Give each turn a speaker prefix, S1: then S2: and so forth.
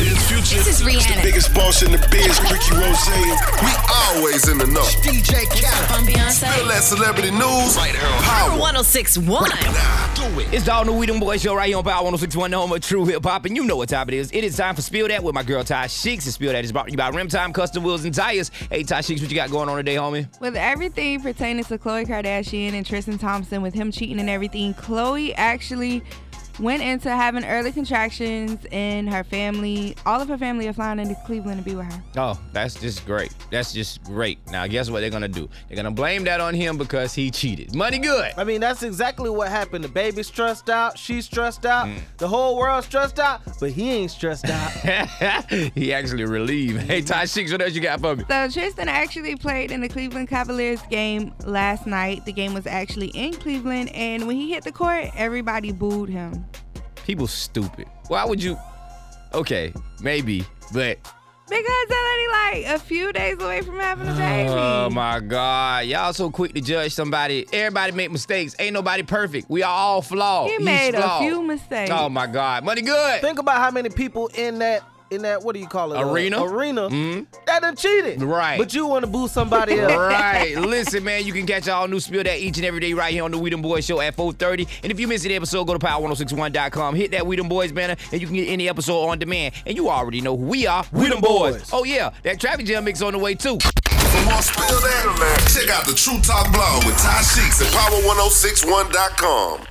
S1: This is Rihanna.
S2: The biggest boss in the biz, Ricky Rose.
S3: We always in the know.
S2: DJ Khaled.
S1: on
S3: Feel
S1: Beyonce.
S3: that celebrity news. Power.
S1: 1061.
S4: It's Dog New Weedham Boy Show right here on Power 1061, the home of true hip hop, and you know what time it is. It is time for Spill That with my girl Ty Sheeks. And Spill That is brought to you by Rim Time Custom Wheels and Tires. Hey, Ty Sheeks, what you got going on today, homie?
S5: With everything pertaining to Khloe Kardashian and Tristan Thompson, with him cheating and everything, Khloe actually went into having early contractions, and her family, all of her family, are flying into Cleveland to be with her.
S4: Oh, that's just great. That's just great. Now, guess what they're going to do? They're going to blame that on him because he cheated. Money good.
S6: I mean, that's exactly what happened. The baby's stressed out, she's stressed out,
S4: Mm.
S6: the whole world's stressed out, but he ain't stressed out.
S4: he actually relieved. Hey, Ty Sheeks, what else you got for me?
S5: So Tristan actually played in the Cleveland Cavaliers game last night. The game was actually in Cleveland, and when he hit the court, everybody booed him.
S4: People stupid. Why would you? Okay, maybe, but
S5: Because that lady like a few days away from having a baby.
S4: Oh my God. Y'all so quick to judge somebody. Everybody make mistakes. Ain't nobody perfect. We are all flawed.
S5: He
S4: He's
S5: made a
S4: flawed.
S5: few mistakes.
S4: Oh my God. Money good.
S6: Think about how many people in that in that what do you call it uh,
S4: Arena?
S6: arena
S4: Mhm.
S6: that done cheated.
S4: Right.
S6: But you want to boo somebody else.
S4: right. Listen, man, you can catch all new spill that each and every day right here on the Weedem Boys Show at 4.30. And if you missed an episode, go to power1061.com. Hit that Weedem Boys banner, and you can get any episode on demand. And you already know who we are, Weedem Boys.
S6: Boys.
S4: Oh, yeah, that traffic jam mix on the way, too.
S3: For more spill that, check out the True Talk blog with Ty Sheeks at power1061.com.